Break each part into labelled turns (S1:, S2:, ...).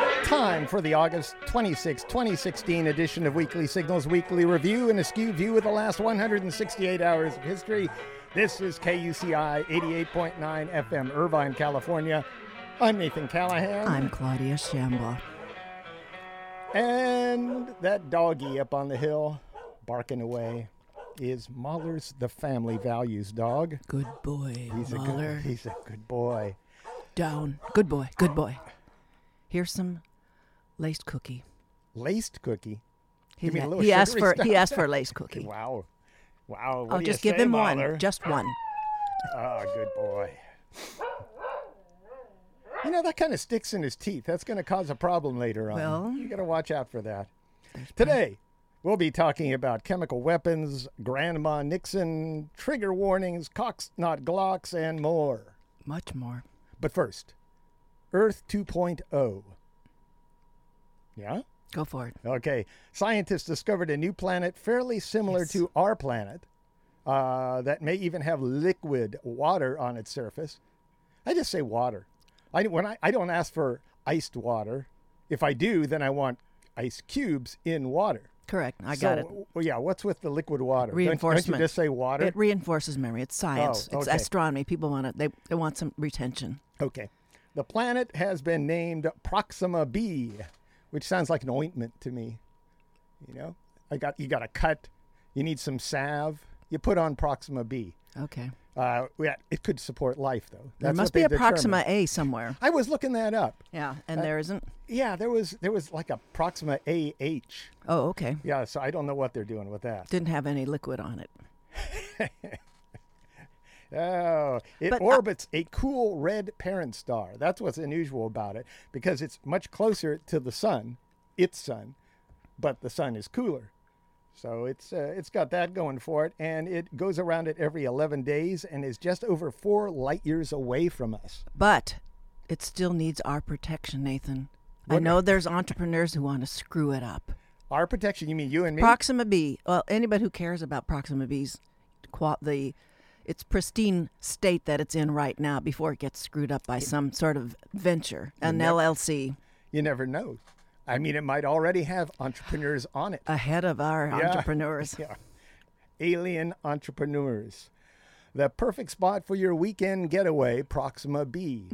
S1: Welcome for the August 26, 2016 edition of Weekly Signals Weekly Review and a skewed view of the last 168 hours of history. This is KUCI 88.9 FM, Irvine, California. I'm Nathan Callahan.
S2: I'm Claudia Shamba.
S1: And that doggy up on the hill barking away is Mahler's the family values dog.
S2: Good boy,
S1: He's a
S2: Mahler.
S1: good, he's a good boy.
S2: Down. Good boy. Good boy. Here's some laced cookie.
S1: Laced cookie.
S2: He,
S1: Give me a
S2: la-
S1: little
S2: he asked
S1: sugary
S2: for he asked for a laced cookie.
S1: Wow. Wow. What
S2: oh,
S1: do
S2: just
S1: you
S2: give
S1: say,
S2: him
S1: Mahler?
S2: one. Just one.
S1: Ah, good boy. You know, that kind of sticks in his teeth. That's going to cause a problem later on.
S2: Well-
S1: you got to watch out for that. Today, we'll be talking about chemical weapons, Grandma Nixon, trigger warnings, cocks, not glocks, and more.
S2: Much more.
S1: But first, Earth 2.0. Yeah?
S2: Go for it.
S1: Okay. Scientists discovered a new planet fairly similar
S2: Yes.
S1: to our planet uh, that may even have liquid water on its surface. I just say water. I, when I, I don't ask for iced water. If I do, then I want ice cubes in water.
S2: Correct. I got it.
S1: so, Well, yeah, what's with the liquid water? Don't- Don't,
S2: Reinforcement.
S1: you just say water?
S2: It reinforces memory. It's science. It's
S1: Oh, okay.
S2: astronomy. People want it. They they want some retention.
S1: Okay. The planet has been named Proxima B, which sounds like an ointment to me. You know, I got you got a cut, you need some salve, you put on Proxima B.
S2: Okay.
S1: Uh, yeah, it could support life though.
S2: There
S1: That's
S2: must
S1: what
S2: be
S1: they
S2: a Proxima
S1: determined.
S2: A somewhere.
S1: I was looking that up.
S2: Yeah, and there isn't.
S1: Yeah, there was there was like a Proxima AH.
S2: Oh, okay.
S1: Yeah, so I don't know what they're doing with that.
S2: Didn't have any liquid on it.
S1: Oh, it
S2: But I-
S1: orbits a cool red parent star. That's what's unusual about it because it's much closer to the sun, its sun, but the sun is cooler. So it's uh, it's got that going for it, and it goes around it every 11 days and is just over four light years away from us.
S2: But it still needs our protection, Nathan. I
S1: What-
S2: know there's entrepreneurs who want to screw it up.
S1: Our protection, you mean you and me?
S2: Proxima B. Well, anybody who cares about Proxima B's, qua- the its pristine state that it's in right now before it gets screwed up by some sort of venture, an LLC
S1: you never know. I mean, it might already have entrepreneurs on it.
S2: ahead of our entrepreneurs.
S1: Yeah. Alien Entrepreneurs. The perfect spot for your weekend getaway, Proxima B.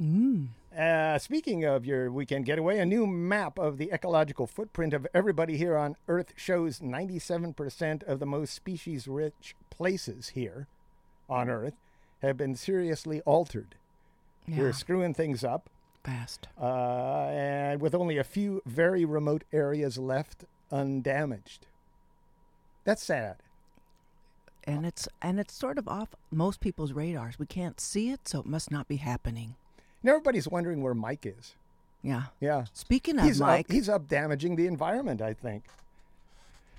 S1: Uh, speaking of your weekend getaway, a new map of the ecological footprint of everybody here on Earth shows 97% of the most species rich places here on Earth have been seriously altered. We're screwing things up
S2: Fast.
S1: uh, and with only a few very remote areas left undamaged. That's sad.
S2: And it's and it's sort of off most people's radars. We can't see it, so it must not be happening.
S1: And everybody's wondering where Mike is.
S2: Yeah.
S1: Yeah.
S2: Speaking of
S1: He's
S2: Mike,
S1: up, he's up damaging the environment, I think.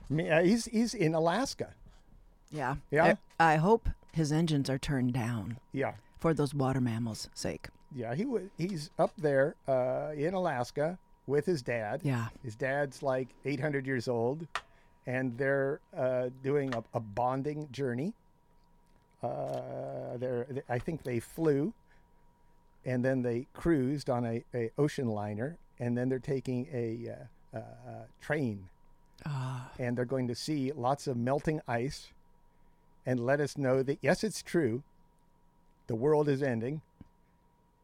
S1: I mean, uh, he's, he's in Alaska.
S2: yeah,
S1: Yeah?
S2: I, I hope his engines are turned down
S1: Yeah.
S2: for those water mammals' sake.
S1: Yeah. He wa- he's up there uh, in Alaska with his dad.
S2: Yeah.
S1: His dad's like 800 years old, and they're uh, doing a, a bonding journey. Uh, they're, th- I think they flew, and then they cruised on a, a ocean liner, and then they're taking a uh, uh, uh, train,
S2: Ah.
S1: and they're going to see lots of melting ice, and let us know that yes, it's true, the world is ending,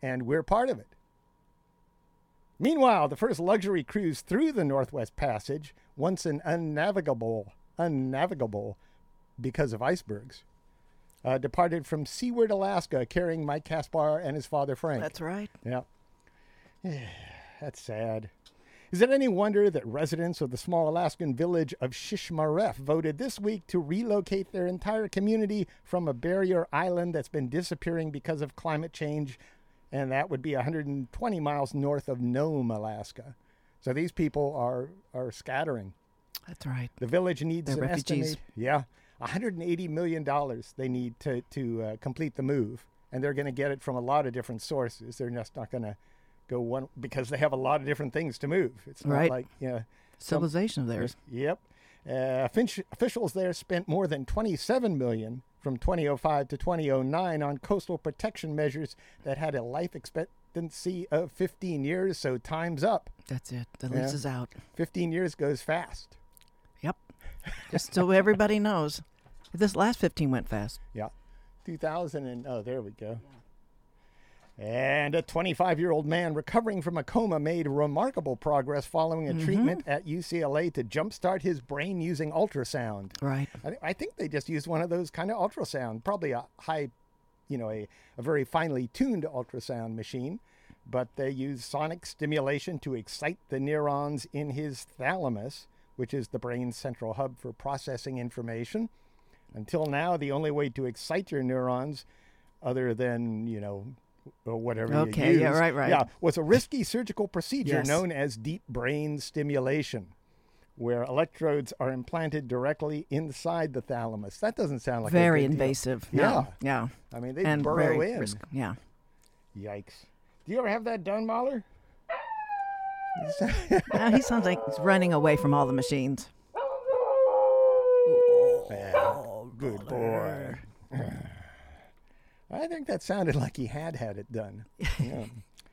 S1: and we're part of it. Meanwhile, the first luxury cruise through the Northwest Passage, once an unnavigable, unnavigable because of icebergs, uh, departed from Seaward, Alaska, carrying Mike Caspar and his father Frank.
S2: That's right.
S1: Yeah. That's sad. Is it any wonder that residents of the small Alaskan village of Shishmaref voted this week to relocate their entire community from a barrier island that's been disappearing because of climate change? And that would be 120 miles north of Nome, Alaska. So these people are, are scattering.
S2: That's right.
S1: The village needs
S2: They're
S1: an
S2: refugees.
S1: estimate- yeah, 180 million dollars they need to to uh, complete the move, and they're going to get it from a lot of different sources. They're just not going to go one because they have a lot of different things to move. It's not
S2: Right.
S1: like yeah,
S2: Civilization of theirs.
S1: yep. Uh, finch- officials there spent more than 27 oh million from 2005 to 2009 on coastal protection measures that had a life expect expectancy of 15 years, so time's up.
S2: That's it. The
S1: Yeah.
S2: lease is out.
S1: 15 years goes fast.
S2: Yep. Just so everybody knows, this last 15 went fast.
S1: Yeah. 2000 and oh, there we go. And a 25 year old man recovering from a coma made remarkable progress following a treatment at UCLA to jumpstart his brain using ultrasound.
S2: Right.
S1: I, thi- I think they just used one of those kind of ultrasound, probably a high, you know, a, a very finely tuned ultrasound machine, but they use sonic stimulation to excite the neurons in his thalamus, which is the brain's central hub for processing information. Until now, the only way to excite your neurons, other than, you know, or whatever
S2: Okay,
S1: you
S2: yeah,
S1: use,
S2: right, right.
S1: yeah, was a risky surgical procedure
S2: Yes.
S1: known as deep brain stimulation where electrodes are implanted directly inside the thalamus. That doesn't sound like a
S2: very
S1: good deal.
S2: invasive. No. Yeah.
S1: I mean, they
S2: And
S1: burrow
S2: very
S1: in.
S2: risk. Yeah.
S1: Yikes! Do you ever have that done, Mahler?
S2: Now he sounds like he's running away from all the machines.
S1: Good boy. I think that sounded like he had had it done.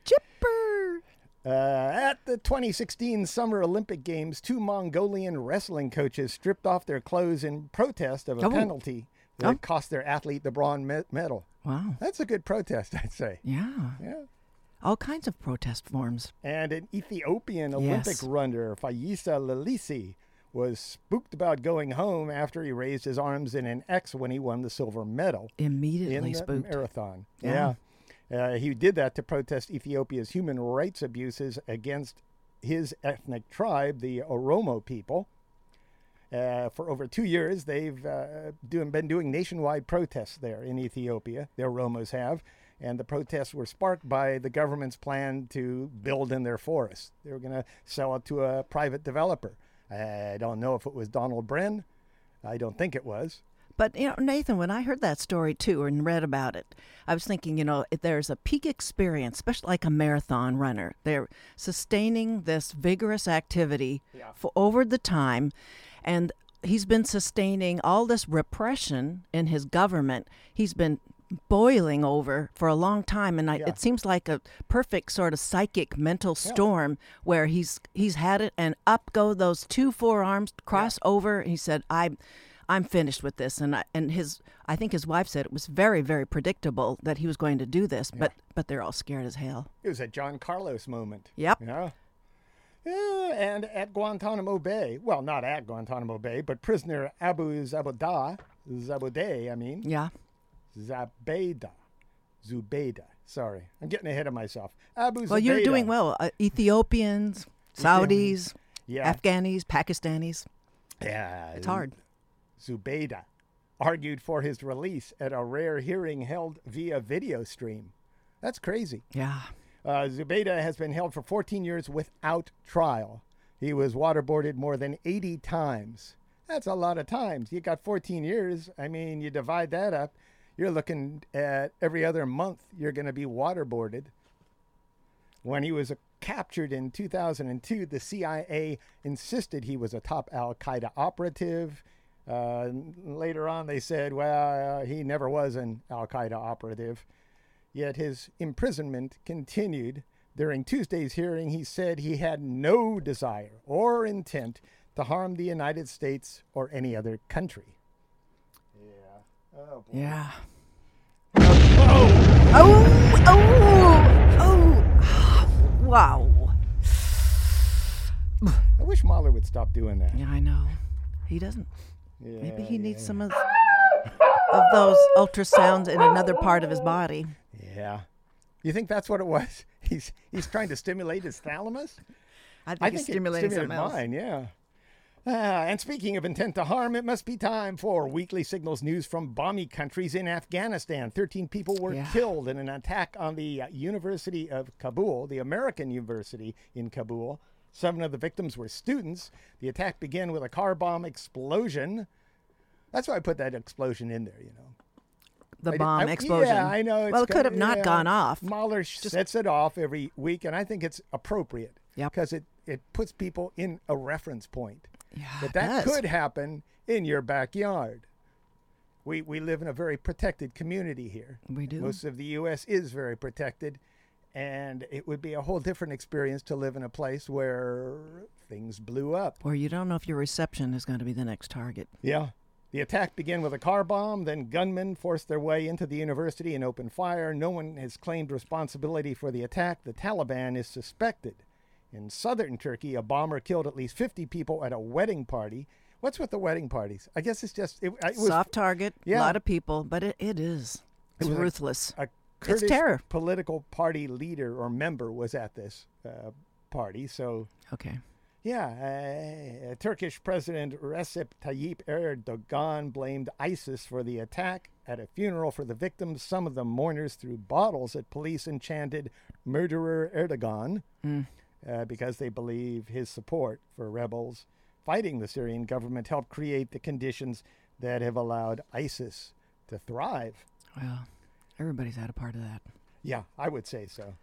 S2: Chipper.
S1: Uh, at the 2016 Summer Olympic Games, two Mongolian wrestling coaches stripped off their clothes in protest of a
S2: Oh.
S1: penalty that
S2: Oh.
S1: cost their athlete the bronze me- medal.
S2: Wow.
S1: That's a good protest, I'd say.
S2: Yeah.
S1: Yeah.
S2: All kinds of protest forms.
S1: and an Ethiopian Olympic
S2: Yes.
S1: runner, Fayisa Lalisi, was spooked about going home after he raised his arms in an X when he won the silver medal in
S2: Immediately
S1: the
S2: spooked.
S1: marathon.
S2: Yeah.
S1: Uh, he did that to protest Ethiopia's human rights abuses against his ethnic tribe, the Oromo people. Uh, for over two years, they've uh, doing, been doing nationwide protests there in Ethiopia. The Oromos have. And the protests were sparked by the government's plan to build in their forest. They were going to sell it to a private developer. I don't know if it was Donald Bren. I don't think it was.
S2: But you know, Nathan, when I heard that story too and read about it, I was thinking, you know, if there's a peak experience, especially like a marathon runner. They're sustaining this vigorous activity for over the time, and he's been sustaining all this repression in his government. He's been boiling over for a long time, and I, it seems like a perfect sort of psychic mental storm where he's he's had it, and up go those two forearms, cross over. And he said, "I." I'm finished with this, and I, and his I think his wife said it was very very predictable that he was going to do this, but but they're all scared as hell.
S1: It was a John Carlos moment.
S2: Yep.
S1: Yeah. Yeah, and at Guantanamo Bay, well, not at Guantanamo Bay, but prisoner Abu Zabada, Zabode, I mean,
S2: Yeah.
S1: Zabeda, Zubeda. Sorry, I'm getting ahead of myself. Abu
S2: Well, you're
S1: Zubaydah.
S2: doing well. Uh, Ethiopians, Saudis,
S1: Yeah.
S2: Afghanis, Pakistanis.
S1: Yeah,
S2: It's hard.
S1: Zubeda argued for his release at a rare hearing held via video stream. That's crazy.
S2: Yeah.
S1: Uh, Zubeda has been held for 14 years without trial. He was waterboarded more than 80 times. That's a lot of times. You got 14 years. I mean, you divide that up, you're looking at every other month you're going to be waterboarded. When he was uh, captured in 2002, the CIA insisted he was a top Al Qaeda operative. Uh, n- later on, they said, well, he never was an Al Qaeda operative. Yet his imprisonment continued. During Tuesday's hearing, he said he had no desire or intent to harm the United States or any other country.
S2: Yeah. Oh, oh, oh. Wow.
S1: I wish Mahler would stop doing that.
S2: Yeah, I know. He doesn't.
S1: Yeah,
S2: Maybe he needs some of, of those ultrasounds in another part of his body.
S1: yeah. You think that's what it was? He's he's trying to stimulate his thalamus.
S2: I think,
S1: I
S2: he's
S1: think
S2: stimulating
S1: it stimulated
S2: something else.
S1: mine. Yeah. Ah, and speaking of intent to harm, it must be time for Weekly Signals news from bomby countries in Afghanistan. 13 people were
S2: Yeah.
S1: killed in an attack on the uh, University of Kabul, the American University in Kabul. Seven of the victims were students. The attack began with a car bomb explosion. That's why I put that explosion in there, you know.
S2: The
S1: I-
S2: bomb
S1: I-
S2: explosion.
S1: Yeah, I know.
S2: well, it
S1: it's
S2: could
S1: got-
S2: have not
S1: yeah.
S2: gone off.
S1: Mahler sets it off every week, and I think it's appropriate
S2: Yep.
S1: because it, it puts people in a reference point
S2: Yeah,
S1: that
S2: it
S1: that
S2: does.
S1: could happen in your backyard. We, we live in a very protected community here.
S2: We do.
S1: Most of the U.S. is very protected, And it would be a whole different experience to live in a place where things blew up.
S2: Or you don't know if your reception is going to be the next target.
S1: Yeah. The attack began with a car bomb, then gunmen forced their way into the university and opened fire. No one has claimed responsibility for the attack. The Taliban is suspected. In southern Turkey, a bomber killed at least 50 people at a wedding party. What's with the wedding parties? I guess it's just it, it was
S2: Soft target, a
S1: Yeah.
S2: lot of people, but it, it is. It's
S1: was a-
S2: ruthless.
S1: a
S2: It's
S1: Kurdish
S2: terror.
S1: political party leader or member was at this uh, party. So
S2: okay.
S1: yeah, uh, Turkish President Recep Tayyip Erdogan blamed ISIS for the attack. At a funeral for the victims, some of the mourners threw bottles at police and chanted "Murderer Erdogan" uh, because they believe his support for rebels fighting the Syrian government helped create the conditions that have allowed ISIS to thrive.
S2: Well, everybody's had a part of that.
S1: Yeah, I would say so.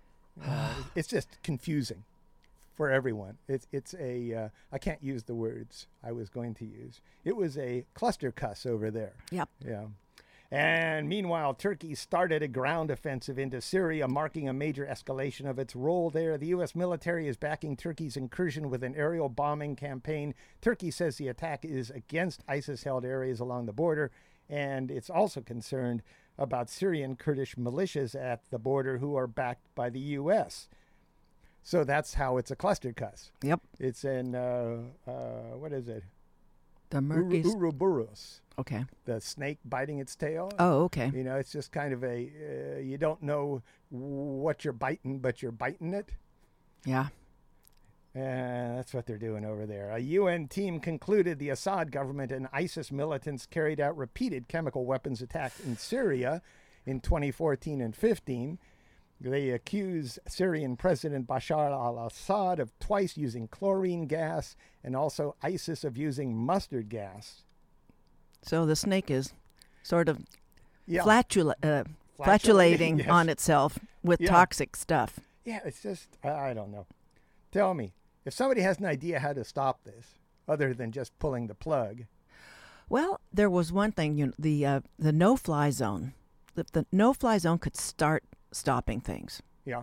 S1: Uh, it's just confusing for everyone. It's it's a uh, I can't use the words I was going to use. It was a cluster cuss over there.
S2: Yep.
S1: Yeah. And meanwhile, Turkey started a ground offensive into Syria, marking a major escalation of its role there. The U.S. military is backing Turkey's incursion with an aerial bombing campaign. Turkey says the attack is against ISIS held areas along the border, and it's also concerned about Syrian Kurdish militias at the border who are backed by the U.S. So that's how it's a cluster cuss.
S2: Yep.
S1: It's in, uh, uh, what is it?
S2: The
S1: Uru-
S2: Murkies.
S1: Uruburus,
S2: Okay.
S1: the snake biting its tail.
S2: Oh, okay.
S1: You know, it's just kind of a uh, you don't know what you're biting, but you're biting it.
S2: Yeah.
S1: Uh, that's what they're doing over there. A UN team concluded the Assad government and ISIS militants carried out repeated chemical weapons attacks in Syria in 2014 and 15. They accuse Syrian President Bashar al Assad of twice using chlorine gas and also ISIS of using mustard gas.
S2: So the snake is sort of
S1: Yeah.
S2: flatula- uh,
S1: Flatulating,
S2: flatulating
S1: yes.
S2: on itself with
S1: Yeah.
S2: toxic stuff.
S1: Yeah, it's just I I don't know. Tell me, if somebody has an idea how to stop this, other than just pulling the plug,
S2: Well, there was one thing, you know, the uh, the no fly zone. The, the no fly zone could start stopping things.
S1: yeah,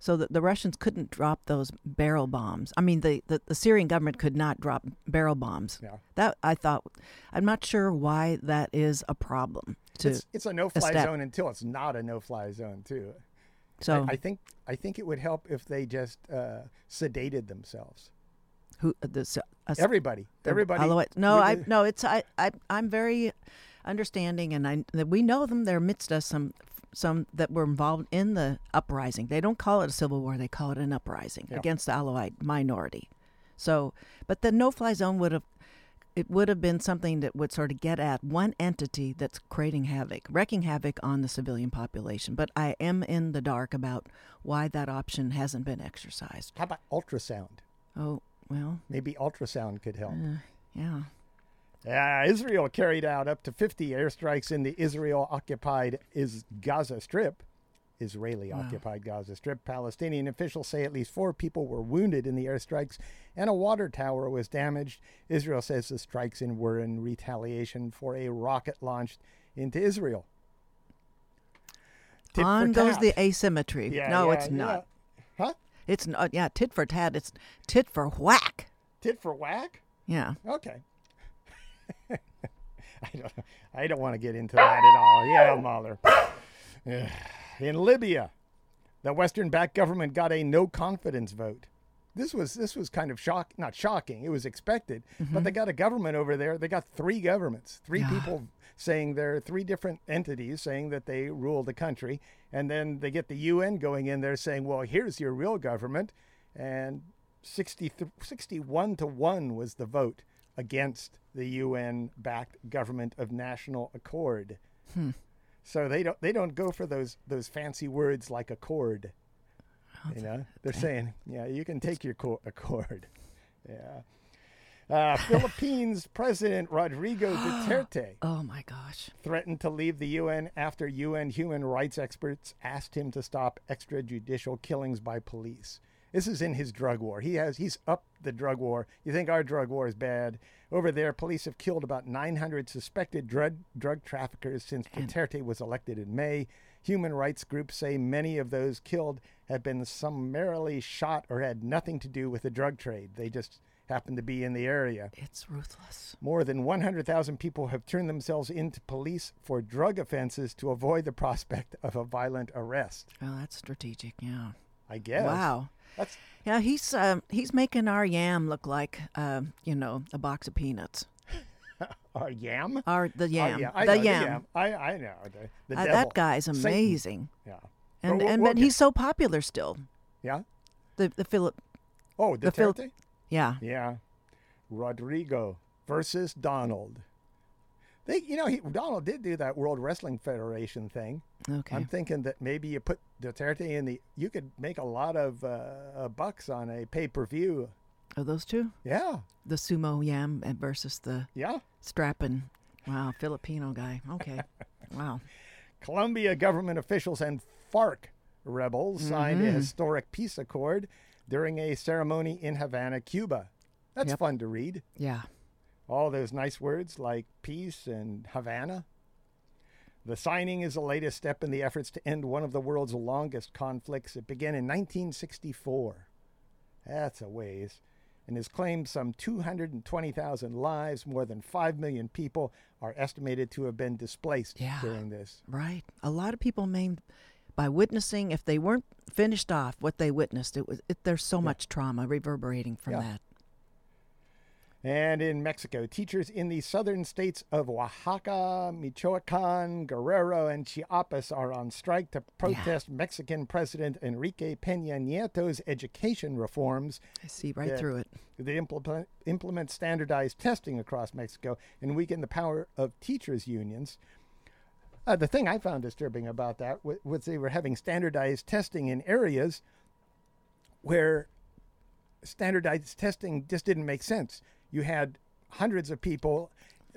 S2: So that the Russians couldn't drop those barrel bombs. I mean, the, the, the Syrian government could not drop barrel bombs.
S1: Yeah.
S2: That I thought, I'm not sure why that is a problem. To,
S1: it's it's a no-fly
S2: step.
S1: zone until it's not a no-fly zone too.
S2: so
S1: I think I think it would help if they just uh, sedated themselves.
S2: who the s- a s-
S1: Everybody,
S2: the-
S1: everybody.
S2: although it- no,
S1: we
S2: I
S1: did-
S2: no, it's I, I I'm very understanding, and I that we know them. They're amidst us some some that were involved in the uprising. They don't call it a civil war; they call it an uprising
S1: Yeah.
S2: against the Alawite minority. So, but the no-fly zone would have it would have been something that would sort of get at one entity that's creating havoc, wrecking havoc on the civilian population. But I am in the dark about why that option hasn't been exercised.
S1: How about ultrasound?
S2: Oh well,
S1: Maybe ultrasound could help.
S2: yeah.
S1: Uh, Israel carried out up to 50 airstrikes in the Israel occupied is Gaza Strip. Israeli occupied Gaza Strip. Palestinian officials say at least four people were wounded in the airstrikes and a water tower was damaged. Israel says the strikes in were in retaliation for a rocket launched into Israel. Tit for
S2: On goes
S1: tat.
S2: the asymmetry.
S1: Yeah,
S2: no,
S1: yeah,
S2: it's not.
S1: yeah. Huh?
S2: It's not. Yeah, tit for tat. It's tit for whack.
S1: Tit for whack?
S2: Yeah.
S1: Okay. I don't, I don't want to get into that at all. Yeah, Mahler. Ugh. In Libya, the Western-backed government got a no confidence vote. This was this was kind of shock, not shocking. It was expected, but they got a government over there. They got three governments, three people saying they're three different entities saying that they rule the country, and then they get the UN going in there saying, "Well, here's your real government," and 60, 61 to one was the vote against the UN-backed government of national accord. So they don't they don't go for those those fancy words like accord. You know, they're saying, yeah, you can take your co- accord. Yeah. Uh, Philippines President Rodrigo Duterte
S2: Oh my gosh.
S1: threatened to leave the UN after UN human rights experts asked him to stop extrajudicial killings by police. This is in his drug war. He has he's up the drug war. You think our drug war is bad? Over there, police have killed about 900 suspected drug drug traffickers since Duterte was elected in May. Human rights groups say many of those killed have been summarily shot or had nothing to do with the drug trade. They just happened to be in the area.
S2: It's ruthless.
S1: More than 100,000 people have turned themselves into police for drug offenses to avoid the prospect of a violent arrest.
S2: Oh, that's strategic. Yeah.
S1: I guess.
S2: Wow.
S1: That's
S2: Yeah, he's um, he's making our yam look like um, you know a box of peanuts.
S1: our uh, yam.
S2: Our the
S1: Oh,
S2: Uh, yam,
S1: yeah, I
S2: the,
S1: know, the
S2: yam.
S1: yam. I, I know. The, the
S2: Uh,
S1: devil.
S2: that guy's
S1: Satan.
S2: amazing,
S1: Yeah.
S2: and
S1: we'll-
S2: and
S1: we'll
S2: but
S1: get-
S2: he's so popular still.
S1: Yeah.
S2: The the Philip,
S1: Oh,
S2: The
S1: Duterte.
S2: Phil- yeah,
S1: Yeah. Rodrigo versus Donald. They, you know, he, Donald did do that World Wrestling Federation thing.
S2: okay,
S1: I'm thinking that maybe you put Duterte in the, you could make a lot of uh, uh, bucks on a pay per view.
S2: are those two
S1: Yeah.
S2: the sumo yam and versus the
S1: Yeah.
S2: strapping, wow Filipino guy. Okay, wow,
S1: Colombia government officials and FARC rebels signed
S2: Mm-hmm.
S1: a historic peace accord during a ceremony in Havana, Cuba. That's
S2: Yep.
S1: fun to read.
S2: yeah,
S1: All those nice words like peace and Havana. The signing is the latest step in the efforts to end one of the world's longest conflicts. It began in 1964. That's a ways. And has claimed some 220,000 lives. More than 5 million people are estimated to have been displaced
S2: Yeah.
S1: during this.
S2: right. A lot of people maimed by witnessing if they weren't finished off what they witnessed. It was it, there's so much trauma reverberating from
S1: Yeah.
S2: that.
S1: And in Mexico, teachers in the southern states of Oaxaca, Michoacan, Guerrero, and Chiapas are on strike to protest Mexican President Enrique Peña Nieto's education reforms
S2: I see right
S1: Yeah.
S2: through it.
S1: that implement, implement standardized testing across Mexico and weaken the power of teachers' unions. Uh, the thing I found disturbing about that wa- was they were having standardized testing in areas where standardized testing just didn't make sense. You had hundreds of people.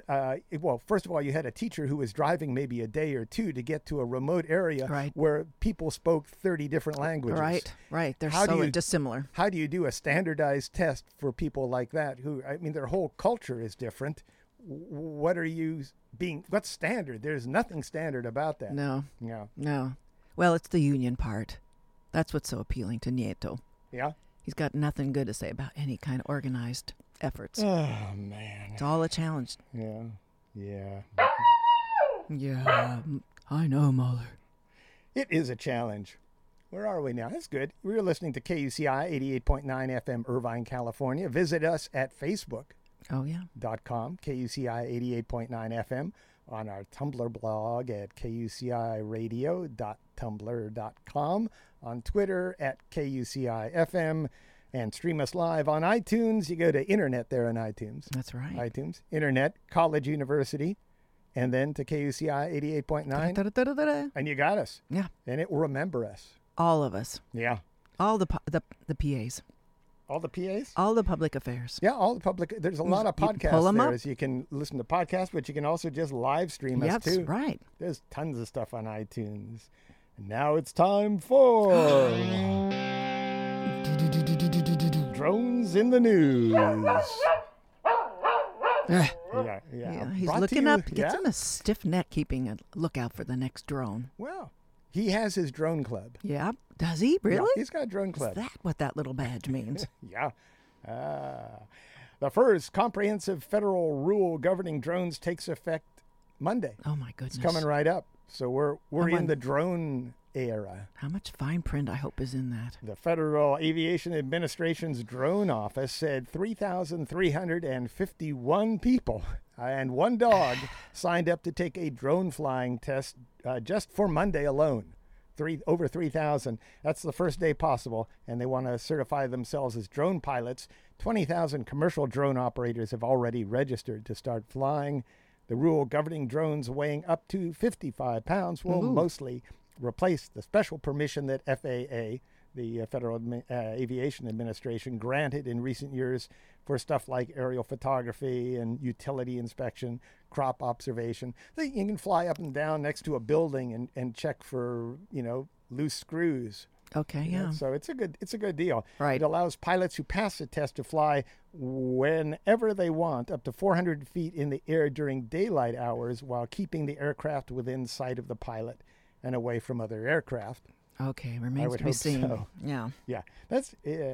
S1: Uh, it- well, first of all, you had a teacher who was driving maybe a day or two to get to a remote area
S2: Right.
S1: where people spoke 30 different languages.
S2: Right, right. They're
S1: How do
S2: so
S1: you-
S2: dissimilar.
S1: How do you do a standardized test for people like that who, I mean, their whole culture is different? W- What are you being, what's standard? There's nothing standard about that.
S2: No,
S1: Yeah.
S2: no. Well, it's the union part. That's what's so appealing to Nieto.
S1: Yeah.
S2: He's got nothing good to say about any kind of organized efforts.
S1: Oh, man.
S2: It's all a challenge.
S1: Yeah. Yeah.
S2: Yeah, m- I know, Mahler.
S1: It is a challenge. Where are we now? That's good. We're listening to KUCI 88.9 FM, Irvine, California. Visit us at facebook.com,
S2: Oh, yeah.
S1: KUCI 88.9 FM, on our Tumblr blog at kuciradio.tumblr.com, on Twitter at KUCI FM, and stream us live on iTunes. You go to internet there on iTunes.
S2: That's right.
S1: iTunes, internet, college, university, and then to KUCI 88.9,
S2: Da-da-da-da-da.
S1: and you got us.
S2: Yeah,
S1: And it will remember us.
S2: all of us.
S1: Yeah.
S2: All the, pu- the the PAs,
S1: All the PAs?
S2: all the public affairs.
S1: Yeah, all the public. There's a lot of
S2: Oh. you can
S1: podcasts
S2: pull 'em
S1: there.
S2: up.
S1: As you can listen to podcasts, but you can also just live stream
S2: Yeah,
S1: us
S2: that's
S1: too.
S2: right.
S1: There's tons of stuff on iTunes. And now it's time for drones in the news.
S2: Ugh.
S1: Yeah, yeah.
S2: Yeah, he's
S1: Brought to
S2: looking
S1: you-
S2: up. Gets
S1: yeah?
S2: him a stiff neck, keeping a lookout for the next drone.
S1: Well, he has his drone club.
S2: Yeah, does he
S1: Yeah,
S2: really?
S1: he's got a drone
S2: Is
S1: club.
S2: that what that little badge means?
S1: Yeah. Ah. The first comprehensive federal rule governing drones takes effect Monday.
S2: Oh my goodness!
S1: It's coming right up. So we're we're
S2: Come
S1: in
S2: on.
S1: the drone era.
S2: How much fine print I hope is in that.
S1: The Federal Aviation Administration's drone office said 3,351 people and one dog signed up to take a drone flying test uh, just for Monday alone. Three over 3,000. That's the first day possible, and they want to certify themselves as drone pilots. 20,000 commercial drone operators have already registered to start flying. The rule governing drones weighing up to 55 pounds will mostly replace the special permission that FAA, the uh, Federal Admi- uh, Aviation Administration, granted in recent years for stuff like aerial photography and utility inspection, crop observation. They, you can fly up and down next to a building and, and check for, you know, loose screws.
S2: Okay, yeah.
S1: So it's a good it's a good deal.
S2: Right.
S1: It allows pilots who pass the test to fly whenever they want, up to 400 feet in the air during daylight hours, while keeping the aircraft within sight of the pilot and away from other aircraft.
S2: Okay, remains
S1: would
S2: to be
S1: hope
S2: seen.
S1: so.
S2: Yeah.
S1: Yeah, that's uh,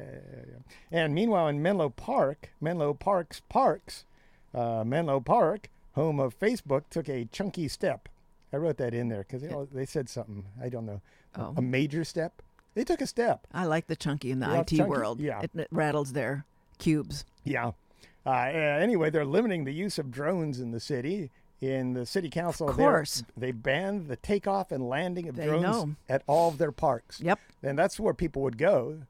S1: and meanwhile in Menlo Park, Menlo Park's parks, uh, Menlo Park, home of Facebook, took a chunky step. I wrote that in there because they, all- they said something I don't know, a-
S2: Oh.
S1: a major step. They took a step.
S2: I like the chunky in the
S1: love
S2: IT
S1: chunky?
S2: world.
S1: Yeah.
S2: It, it rattles their cubes.
S1: Yeah. Uh, uh, anyway, they're limiting the use of drones in the city. In the city council, there,
S2: course.
S1: they banned the takeoff and landing of
S2: They
S1: drones
S2: know.
S1: at all of their parks.
S2: Yep.
S1: And that's where people would go.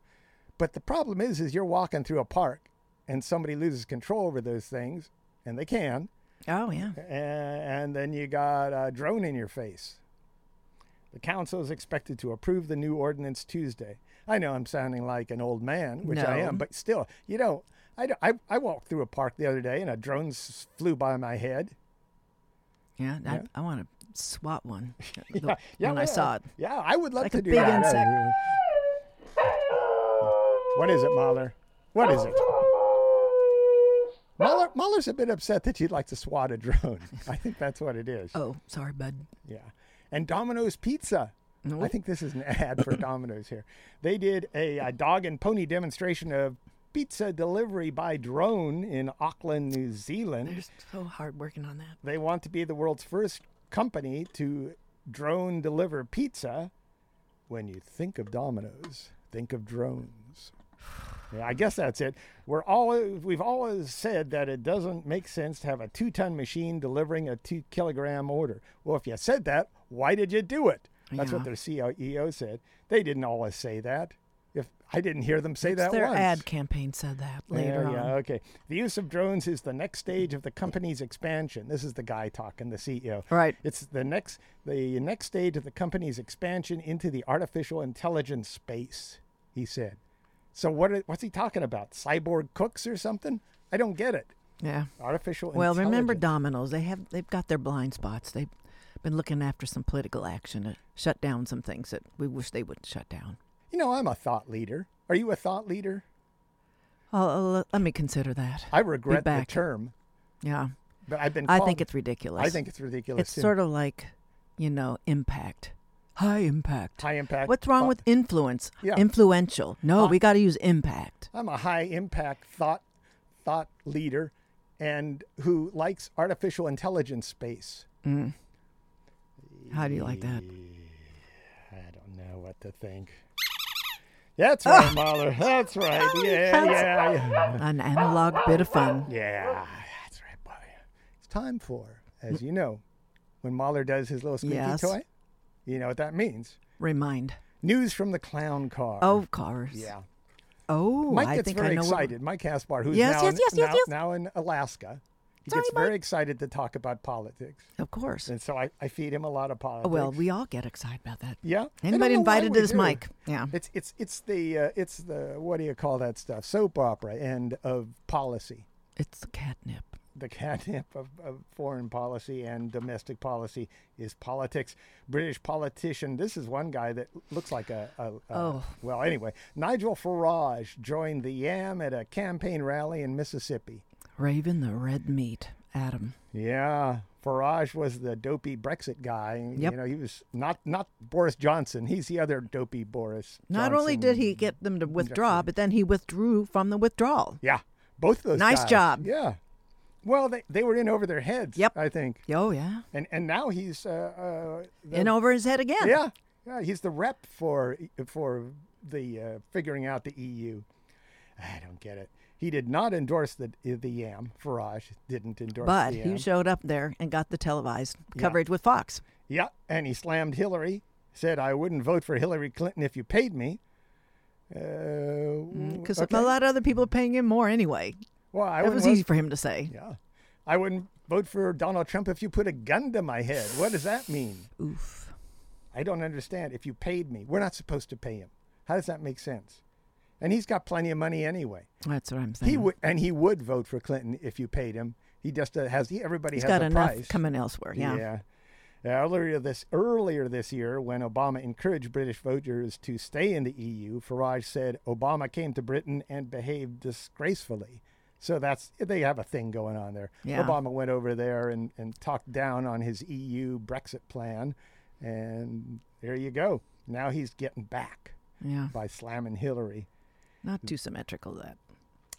S1: But the problem is, is you're walking through a park and somebody loses control over those things, and they can,
S2: Oh, yeah.
S1: a- and then you got a drone in your face. The council is expected to approve the new ordinance Tuesday. I know I'm sounding like an old man, which I
S2: No.
S1: am, but still, you know, I, don't- I, I walked through a park the other day and a drone s- flew by my head.
S2: Yeah. I, I want to swat one the- when
S1: well,
S2: I saw it.
S1: Yeah, I would love
S2: Like
S1: to
S2: a
S1: do
S2: big
S1: that.
S2: insect.
S1: What is it, Mahler? What is it? Mahler, Mahler's a bit upset that you'd like to swat a drone. I think that's what it is.
S2: Oh, sorry, bud.
S1: Yeah. And Domino's Pizza. I think this is an ad for Domino's here. They did a, uh dog and pony demonstration of pizza delivery by drone in Auckland, New
S2: They're
S1: Zealand.
S2: so hard working on that.
S1: They want to be the world's first company to drone deliver pizza. When you think of Domino's, think of drones. Yeah, I guess that's it. We're always we've always said that it doesn't make sense to have a two-ton machine delivering a two-kilogram order. Well, if you said that, why did you do it? That's
S2: Yeah.
S1: what their CEO said. They didn't always say that. If I didn't hear them say that
S2: Their
S1: once.
S2: ad campaign said that later
S1: Yeah, yeah,
S2: on.
S1: okay. The use of drones is the next stage of the company's expansion. This is the guy talking, the CEO.
S2: Right.
S1: It's the next the next stage of the company's expansion into the artificial intelligence space, he said. So what are, what's he talking about? Cyborg cooks or something? I don't get it.
S2: Yeah.
S1: Artificial
S2: Well, remember
S1: intelligence.
S2: Domino's? They have they've got their blind spots. They've been looking after some political action to shut down some things that we wish they wouldn't shut down.
S1: You know, I'm a thought leader. Are you a thought leader?
S2: I'll, I'll- let me consider that.
S1: I regret the
S2: back.
S1: term,
S2: Yeah,
S1: but I've been
S2: I
S1: called-
S2: think it's ridiculous.
S1: I think it's ridiculous.
S2: it's sort of like, you know, impact, high impact.
S1: high impact.
S2: What's wrong
S1: thought-
S2: with influence?
S1: Yeah.
S2: Influential. No, we got to use impact.
S1: I'm a high impact thought thought leader and who likes artificial intelligence space.
S2: How do you like that?
S1: I don't know what to think. That's right, Mahler. Ah! That's right. Yeah,
S2: that's-
S1: yeah, yeah.
S2: An analog bit of fun.
S1: Yeah, that's right, boy. It's time for, as you know, when Mahler does his little squeaky
S2: Yes.
S1: toy. You know what that means.
S2: Remind.
S1: News from the clown car.
S2: Oh, cars.
S1: Yeah.
S2: Oh,
S1: Mike
S2: I
S1: gets
S2: think
S1: very
S2: I know. what-
S1: excited. Mike Caspar, who's
S2: Yes,
S1: now,
S2: yes,
S1: in,
S2: yes, yes,
S1: now,
S2: yes.
S1: now in Alaska, he
S2: Sorry,
S1: gets very excited to talk about politics,
S2: Of course.
S1: and so I, I feed him a lot of politics.
S2: Oh, Well, we all get excited about that.
S1: yeah. I don't
S2: Anybody
S1: know why
S2: invited
S1: we
S2: to this
S1: do.
S2: mic? Yeah.
S1: It's it's it's the uh, it's the what do you call that stuff? Soap opera and of policy,
S2: It's catnip.
S1: the catnip of, of foreign policy and domestic policy is politics. British politician. This is one guy that looks like a, a, a
S2: Oh.
S1: well. Anyway, Nigel Farage joined the Yam at a campaign rally in Mississippi.
S2: Raven the red meat. Adam.
S1: Yeah, Farage was the dopey Brexit guy.
S2: Yep.
S1: You know, he was not not Boris Johnson. He's the other dopey Boris.
S2: Not only
S1: Johnson.
S2: did he get them to withdraw, but then he withdrew from the withdrawal.
S1: yeah, both of those.
S2: Nice
S1: guys.
S2: job.
S1: Yeah. Well, they, they were in over their heads.
S2: Yep.
S1: I think.
S2: Oh yeah.
S1: And and now he's uh, uh the-
S2: And over his head again.
S1: yeah yeah he's the rep for for the uh, figuring out the EU. I don't get it. He did not endorse the the yam. Farage didn't endorse.
S2: But
S1: the
S2: he
S1: yam.
S2: showed up there and got the televised coverage with Fox.
S1: Yeah, and he slammed Hillary. Said I wouldn't vote for Hillary Clinton if you paid me.
S2: Because
S1: Because uh,
S2: a
S1: okay.
S2: lot of other people are paying him more anyway.
S1: well, I
S2: Mm, That
S1: wouldn't
S2: was
S1: vote-
S2: easy for him to say.
S1: Yeah, I wouldn't vote for Donald Trump if you put a gun to my head. What does that mean?
S2: Oof.
S1: I don't understand. If you paid me, we're not supposed to pay him. How does that make sense? And he's got plenty of money anyway.
S2: That's what I'm saying.
S1: He would, and he would vote for Clinton if you paid him. He just uh, has he, everybody
S2: He's
S1: has
S2: got
S1: a
S2: enough
S1: price.
S2: coming elsewhere. Yeah.
S1: yeah. Earlier this earlier this year, when Obama encouraged British voters to stay in the EU, Farage said Obama came to Britain and behaved disgracefully. So that's they have a thing going on there.
S2: Yeah.
S1: Obama went over there and, and talked down on his EU Brexit plan, and there you go. Now he's getting back
S2: Yeah.
S1: by slamming Hillary.
S2: Not too symmetrical, that.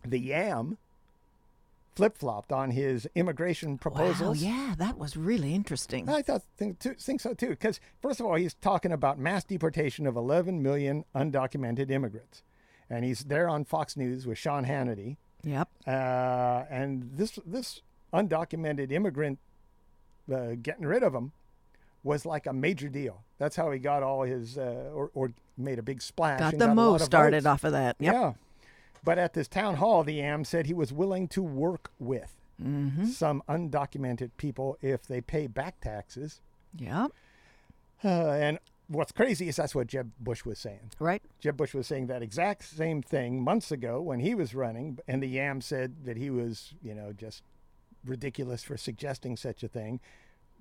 S1: The Yam flip flopped on his immigration
S2: Wow.
S1: proposals.
S2: Yeah, that was really interesting.
S1: I thought think, too, think so too, because first of all, he's talking about mass deportation of 11 million undocumented immigrants, and he's there on Fox News with Sean Hannity,
S2: Yep.
S1: uh, and this this undocumented immigrant uh, getting rid of him was like a major deal. That's how he got all his uh, or, or made a big splash.
S2: Got
S1: and a
S2: the
S1: lot
S2: mo
S1: of
S2: started
S1: votes.
S2: off of that. Yep.
S1: Yeah. But at this town hall, the AM said he was willing to work with
S2: Mm-hmm.
S1: some undocumented people if they pay back taxes.
S2: Yep.
S1: Uh, and what's crazy is that's what Jeb Bush was saying.
S2: Right.
S1: Jeb Bush was saying that exact same thing months ago when he was running, and the Yam said that he was, you know, just ridiculous for suggesting such a thing.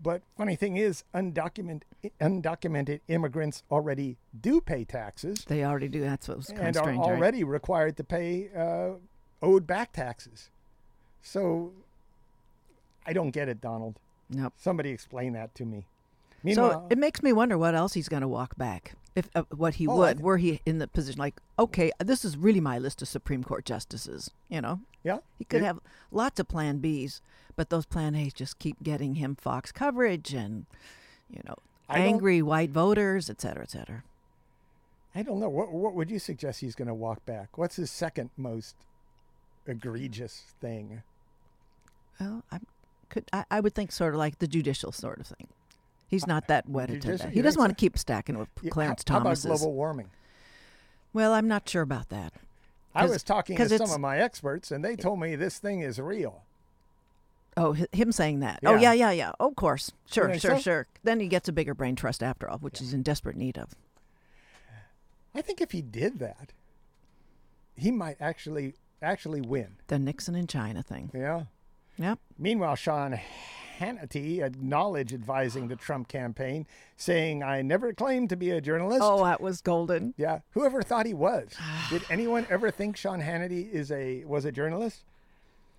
S1: But funny thing is, undocumented undocumented immigrants already do pay taxes
S2: They already do. That's what was kind of
S1: and are
S2: strange. right?
S1: already required to pay uh, owed back taxes. So I don't get it, Donald.
S2: Nope.
S1: Somebody explain that to me.
S2: So
S1: Meanwhile,
S2: it makes me wonder what else he's going to walk back. If uh, what he
S1: Oh, I
S2: would,
S1: th-
S2: were he in the position like, okay, this is really my list of Supreme Court justices. You know,
S1: yeah,
S2: he could
S1: Yeah.
S2: have lots of Plan Bs, but those Plan As just keep getting him Fox coverage and, you know,
S1: I don't-
S2: angry white voters, et cetera, et cetera.
S1: I don't know. What what would you suggest he's going to walk back? What's his second most egregious thing?
S2: Well, I could, I, I would think sort of like the judicial sort of thing. He's not that wedded to
S1: Uh, judicial-
S2: that.
S1: you
S2: He doesn't
S1: think
S2: want
S1: so?
S2: to keep stacking with
S1: Yeah,
S2: Clarence
S1: how,
S2: Thomas's.
S1: How about global warming?
S2: Well, I'm not sure about that.
S1: I
S2: 'Cause-
S1: was talking
S2: 'cause
S1: to some
S2: it's-
S1: of my experts, and they told me this thing is real.
S2: Oh, hi- him saying that. Oh,
S1: Yeah.
S2: yeah, yeah, yeah. of course. Sure,
S1: think
S2: sure,
S1: so?
S2: sure. Then he gets a bigger brain trust after all, which he's in desperate need of.
S1: I think if he did that, he might actually actually win.
S2: The Nixon and China thing.
S1: Yeah.
S2: Yep.
S1: Meanwhile, Sean Hannity acknowledged advising the Trump campaign, saying, I never claimed to be a journalist.
S2: Oh, that was golden.
S1: Yeah, whoever thought he was. Did anyone ever think Sean Hannity is a was a journalist?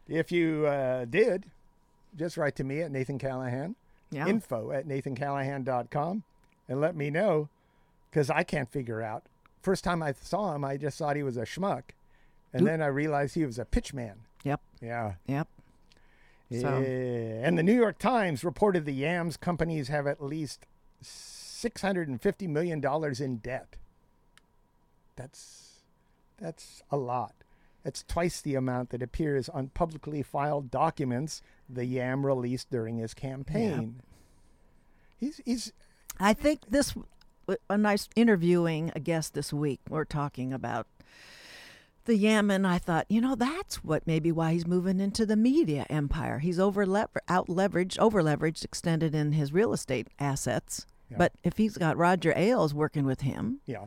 S1: If you uh, did, just write to me at Nathan Callahan,
S2: Yeah.
S1: info at nathancallahan.com, and let me know because I can't figure out. First time I saw him, I just thought he was a schmuck. And then I realized he was a pitchman.
S2: Yep.
S1: Yeah.
S2: Yep. So-
S1: Yeah. And the New York Times reported the yams companies have at least $650 million in debt. That's that's a lot. That's twice the amount that appears on publicly filed documents the yam released during his campaign. He's he's
S2: I think this, when I was interviewing a guest this week, we're talking about the Yemen. I thought, you know, that's what maybe why he's moving into the media empire. He's over lever- out leveraged, over leveraged, extended in his real estate assets.
S1: Yeah.
S2: But if he's got Roger Ailes working with him,
S1: yeah.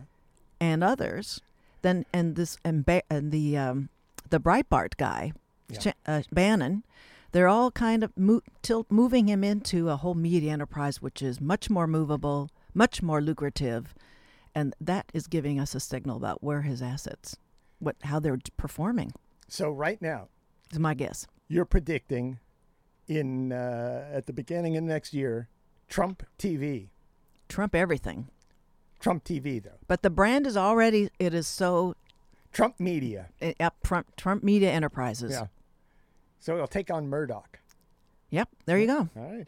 S2: and others, then and this and, ba- and the um, the Breitbart guy,
S1: Yeah.
S2: Ch- uh, Bannon, they're all kind of mo- tilt moving him into a whole media enterprise, which is much more movable, much more lucrative, and that is giving us a signal about where his assets, what how they're performing.
S1: So right now,
S2: Is my guess.
S1: you're predicting in uh, at the beginning of next year, Trump TV.
S2: Trump everything,
S1: Trump TV though.
S2: but the brand is already it is so
S1: Trump Media.
S2: uh, up Trump Trump Media Enterprises.
S1: Yeah. So he'll take on Murdoch.
S2: Yep. There you go.
S1: All right.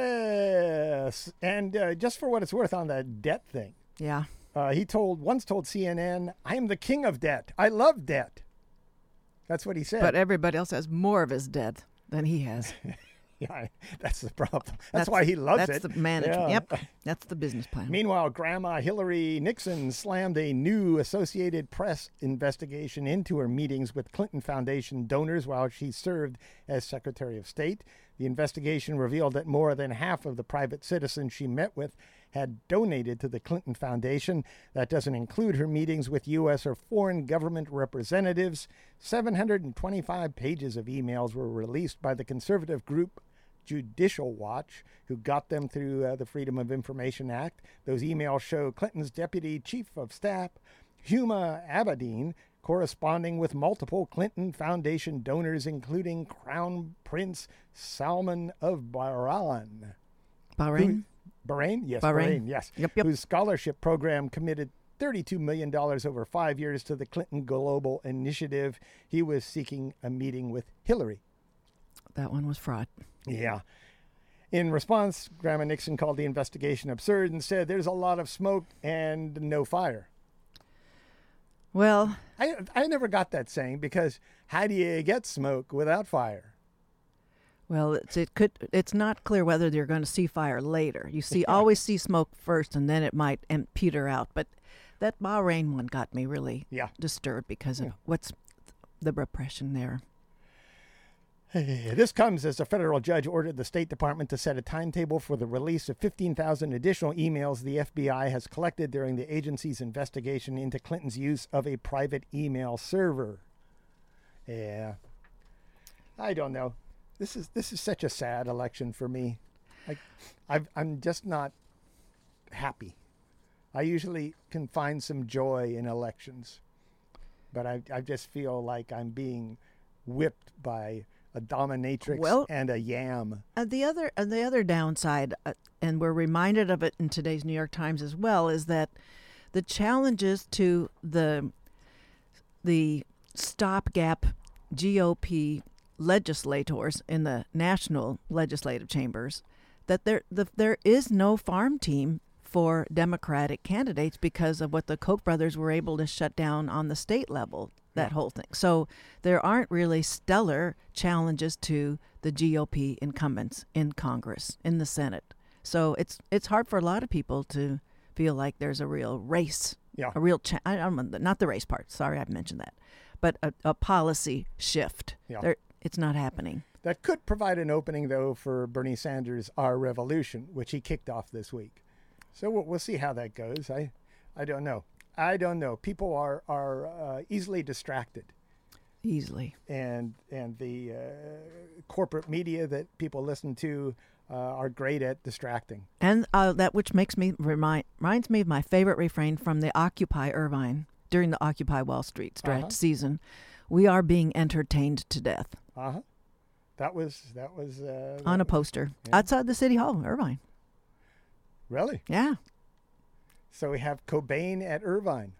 S1: Yes. And uh, just for what it's worth on that debt thing,
S2: Yeah.
S1: uh, he told once told CNN, "I am the king of debt. I love debt." That's what he said.
S2: But everybody else has more of his debt than he has.
S1: yeah, that's the problem. That's, why he loves
S2: that's
S1: it.
S2: That's the management.
S1: Yeah.
S2: Yep. That's the business plan.
S1: Meanwhile, Grandma Hillary Nixon slammed a new Associated Press investigation into her meetings with Clinton Foundation donors while she served as Secretary of State. The investigation revealed that more than half of the private citizens she met with had donated to the Clinton Foundation. That doesn't include her meetings with U.S. or foreign government representatives. 725 pages of emails were released by the conservative group Judicial Watch, who got them through uh, the Freedom of Information Act. Those emails show Clinton's deputy chief of staff, Huma Abedin, corresponding with multiple Clinton Foundation donors, including Crown Prince Salman of Bahrain.
S2: Bahrain?
S1: Who- Bahrain? Yes,
S2: Bahrain.
S1: Bahrain, yes.
S2: Yep, yep.
S1: Whose scholarship program committed $32 million over five years to the Clinton Global Initiative. He was seeking a meeting with Hillary.
S2: That one was fraud.
S1: Yeah. In response, Grandma Nixon called the investigation absurd and said there's a lot of smoke and no fire.
S2: Well,
S1: I, I never got that saying because how do you get smoke without fire?
S2: well, it's, it could. It's not clear whether you're going to see fire later. You see, always see smoke first, and then it might em- peter out. But that Bahrain one got me really
S1: Yeah.
S2: disturbed because of what's the repression there.
S1: This comes as a federal judge ordered the State Department to set a timetable for the release of 15,000 additional emails the FBI has collected during the agency's investigation into Clinton's use of a private email server. Yeah. I don't know. This is this is such a sad election for me. Like I've, I'm just not happy. I usually can find some joy in elections, but I, I just feel like I'm being whipped by a dominatrix
S2: Well-
S1: and a yam.
S2: And Uh, the other and the other downside, uh, and we're reminded of it in today's New York Times as well, is that the challenges to the the stopgap GOP legislators in the national legislative chambers that there the, there is no farm team for Democratic candidates because of what the Koch brothers were able to shut down on the state level. That whole thing. So there aren't really stellar challenges to the GOP incumbents in Congress, in the Senate. So it's it's hard for a lot of people to feel like there's a real race
S1: Yeah.
S2: a real cha- I don't know, not the race part. Sorry, I've mentioned that, but a, a policy shift.
S1: Yeah.
S2: There, it's not happening.
S1: That could provide an opening, though, for Bernie Sanders' Our Revolution, which he kicked off this week. So we'll, we'll see how that goes. I, I don't know. I don't know. People are are uh, easily distracted,
S2: Easily,
S1: and and the uh, corporate media that people listen to uh, are great at distracting.
S2: and uh, that which makes me remind reminds me of my favorite refrain from the Occupy Irvine during the Occupy Wall Street
S1: Uh-huh.
S2: stretch season. We are being entertained to death
S1: Uh huh. That was that was uh,
S2: on a poster outside the city hall, Irvine.
S1: really.
S2: Yeah,
S1: So we have Cobain at Irvine.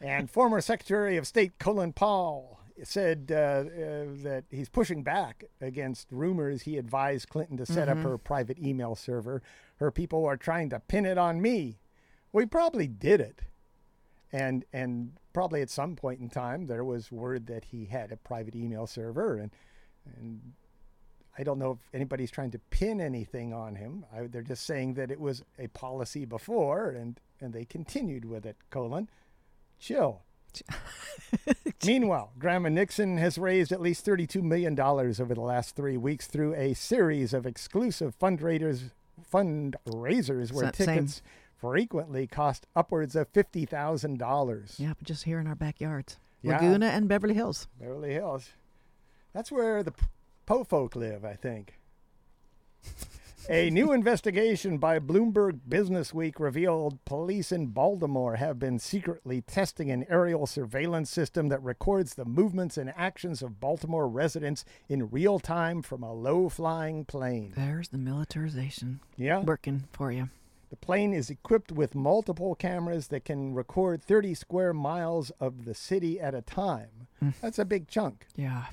S1: and former Secretary of State Colin Powell said uh, uh, that he's pushing back against rumors he advised Clinton to set up her private email server. Her people are trying to pin it on me. We probably did it. And, and probably at some point in time, there was word that he had a private email server. And, and I don't know if anybody's trying to pin anything on him. I, they're just saying that it was a policy before, and and they continued with it. Colon, chill. Meanwhile, Grandma Nixon has raised at least $32 million over the last three weeks through a series of exclusive fundraisers, fundraisers where
S2: Sa- same.
S1: tickets frequently cost upwards of $50,000.
S2: yeah, but just here in our backyards,
S1: Yeah.
S2: Laguna and Beverly Hills.
S1: Beverly Hills. That's where the p- po folk live, I think. A new investigation by Bloomberg Businessweek revealed police in Baltimore have been secretly testing an aerial surveillance system that records the movements and actions of Baltimore residents in real time from a low flying plane.
S2: There's the militarization
S1: Yeah.
S2: working for you.
S1: The plane is equipped with multiple cameras that can record 30 square miles of the city at a time.
S2: Hmm.
S1: That's a big chunk.
S2: Yeah,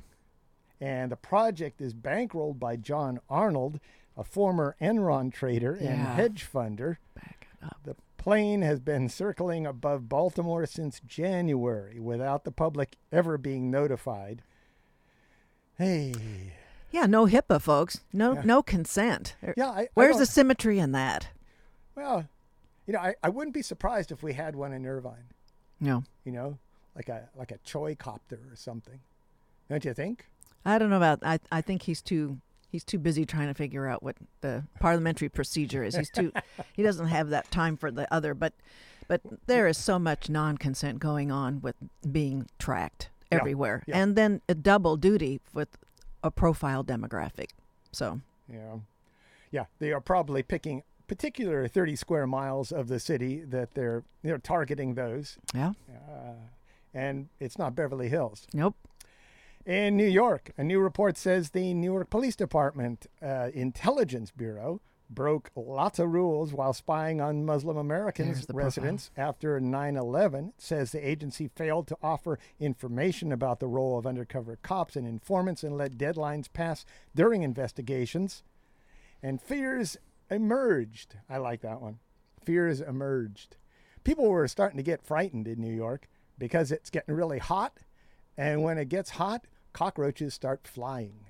S1: And the project is bankrolled by John Arnold, a former Enron trader and
S2: Yeah.
S1: hedge funder.
S2: back it up.
S1: The plane has been circling above Baltimore since January without the public ever being notified. Hey,
S2: Yeah, no HIPAA, folks. No, no consent. There-
S1: Yeah, I- I
S2: where's
S1: don't-
S2: the symmetry in that?
S1: well, you know, I, I wouldn't be surprised if we had one in Irvine,
S2: No,
S1: you know, like a like a choy copter or something. Don't you think?
S2: I don't know about. I I think he's too he's too busy trying to figure out what the parliamentary procedure is. He's too he doesn't have that time for the other. But but there is so much non-consent going on with being tracked
S1: Yeah,
S2: everywhere,
S1: yeah.
S2: and then a double duty with a profile demographic. So
S1: Yeah. Yeah. They are probably picking particular 30 square miles of the city that they're they're targeting those. Uh,
S2: Yeah.
S1: And it's not Beverly Hills.
S2: Nope.
S1: In New York, a new report says the New York Police Department uh, Intelligence Bureau broke lots of rules while spying on Muslim Americans
S2: There's the uh-huh. profile.
S1: residents after 9/11. It Says the agency failed to offer information about the role of undercover cops and informants and let deadlines pass during investigations. And fears emerged. I like that one. Fears emerged. People were starting to get frightened in New York because it's getting really hot. And when it gets hot, cockroaches start flying.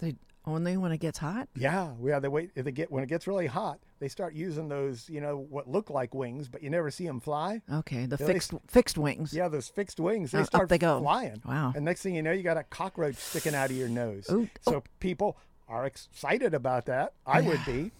S2: They only when it gets hot.
S1: Yeah, yeah. They wait. They get when it gets really hot. They start using those, you know, what look like wings, but you never see them fly.
S2: Okay, the
S1: At
S2: fixed fixed wings.
S1: Yeah, those fixed wings. They
S2: Uh, up
S1: start
S2: they go.
S1: flying.
S2: Wow.
S1: And next thing you know, you got a cockroach sticking out of your nose.
S2: Ooh,
S1: so people are excited about that. I would be.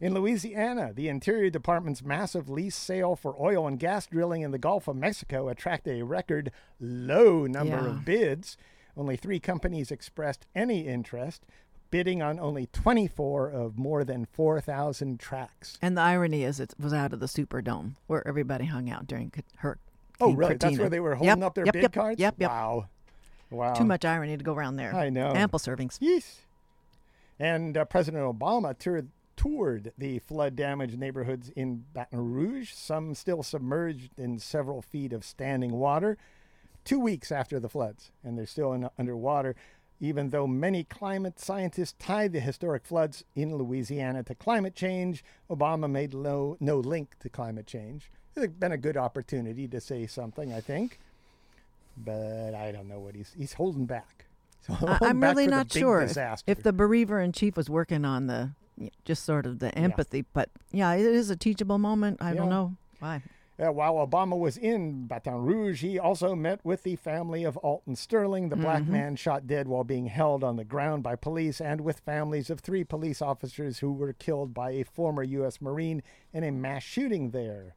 S1: In Louisiana, the Interior Department's massive lease sale for oil and gas drilling in the Gulf of Mexico attracted a record low number
S2: Yeah.
S1: of bids. Only three companies expressed any interest, bidding on only 24 of more than 4,000 tracks.
S2: And the irony is, it was out of the Superdome where everybody hung out during Kat- her.
S1: Oh,
S2: Hurricane
S1: really? That's
S2: Katrina.
S1: where they were
S2: Yep,
S1: holding up their
S2: yep,
S1: bid
S2: yep,
S1: cards?
S2: Yep, yep.
S1: Wow. Wow.
S2: Too much irony to go around there.
S1: I know.
S2: Ample servings.
S1: Yes. And uh, President Obama toured, toured the flood damaged neighborhoods in Baton Rouge, some still submerged in several feet of standing water, two weeks after the floods, and they're still in, underwater. Even though many climate scientists tied the historic floods in Louisiana to climate change, Obama made no, no link to climate change. It's been a good opportunity to say something, I think, but I don't know what he's he's holding back. He's
S2: I,
S1: holding
S2: I'm
S1: back
S2: really
S1: for the
S2: not
S1: big
S2: sure if,
S1: disaster.
S2: if the bereaver in chief was working on the just sort of the empathy, but yeah, it is a teachable moment. I
S1: Yeah.
S2: don't know why.
S1: Uh, while Obama was in Baton Rouge, he also met with the family of Alton Sterling, the black man shot dead while being held on the ground by police, and with families of three police officers who were killed by a former U.S. Marine in a mass shooting there.